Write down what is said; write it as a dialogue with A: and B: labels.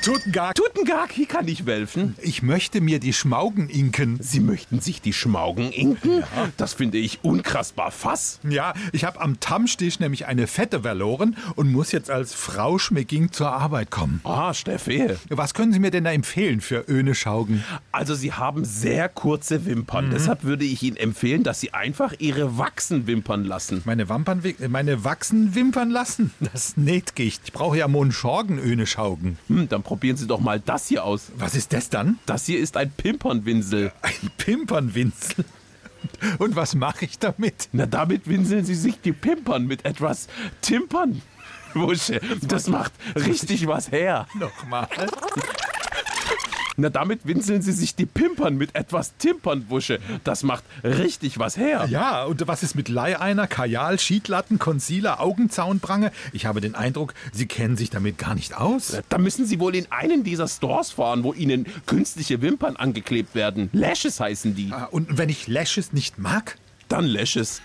A: Tutengag.
B: Tutengag, hier kann ich helfen.
A: Ich möchte mir die Schmaugen inken.
B: Sie möchten sich die Schmaugen inken? Das finde ich unkrassbar fass.
A: Ja, ich habe am Tammstich nämlich eine Fette verloren und muss jetzt als Frau Schmicking zur Arbeit kommen.
B: Ah, Steffi.
A: Was können Sie mir denn da empfehlen für Öne Schaugen?
B: Also Sie haben sehr kurze Wimpern. Deshalb würde ich Ihnen empfehlen, dass Sie einfach Ihre Wachsen wimpern lassen.
A: Meine, Wampern, äh, meine Wachsen wimpern lassen? Das nicht gicht. Ich brauche ja Monschorgen Öne Schaugen.
B: Hm, dann probieren Sie doch mal das hier aus.
A: Was ist das dann?
B: Das hier ist ein Pimpernwinsel.
A: Ein Pimpernwinzel. Und was mache ich damit?
B: Na, damit winseln Sie sich die Pimpern mit etwas Timpern. Wusche, das macht richtig was her.
A: Nochmal.
B: Na, damit winseln Sie sich die Pimpern mit etwas Timpern, Wusche. Das macht richtig was her.
A: Ja, und was ist mit Leiseiner, Kajal, Schiedlatten, Concealer, Augenzaunbrange? Ich habe den Eindruck, Sie kennen sich damit gar nicht aus.
B: Da müssen Sie wohl in einen dieser Stores fahren, wo Ihnen künstliche Wimpern angeklebt werden. Lashes heißen die.
A: Ah, Und wenn ich Lashes nicht mag?
B: Dann Lashes.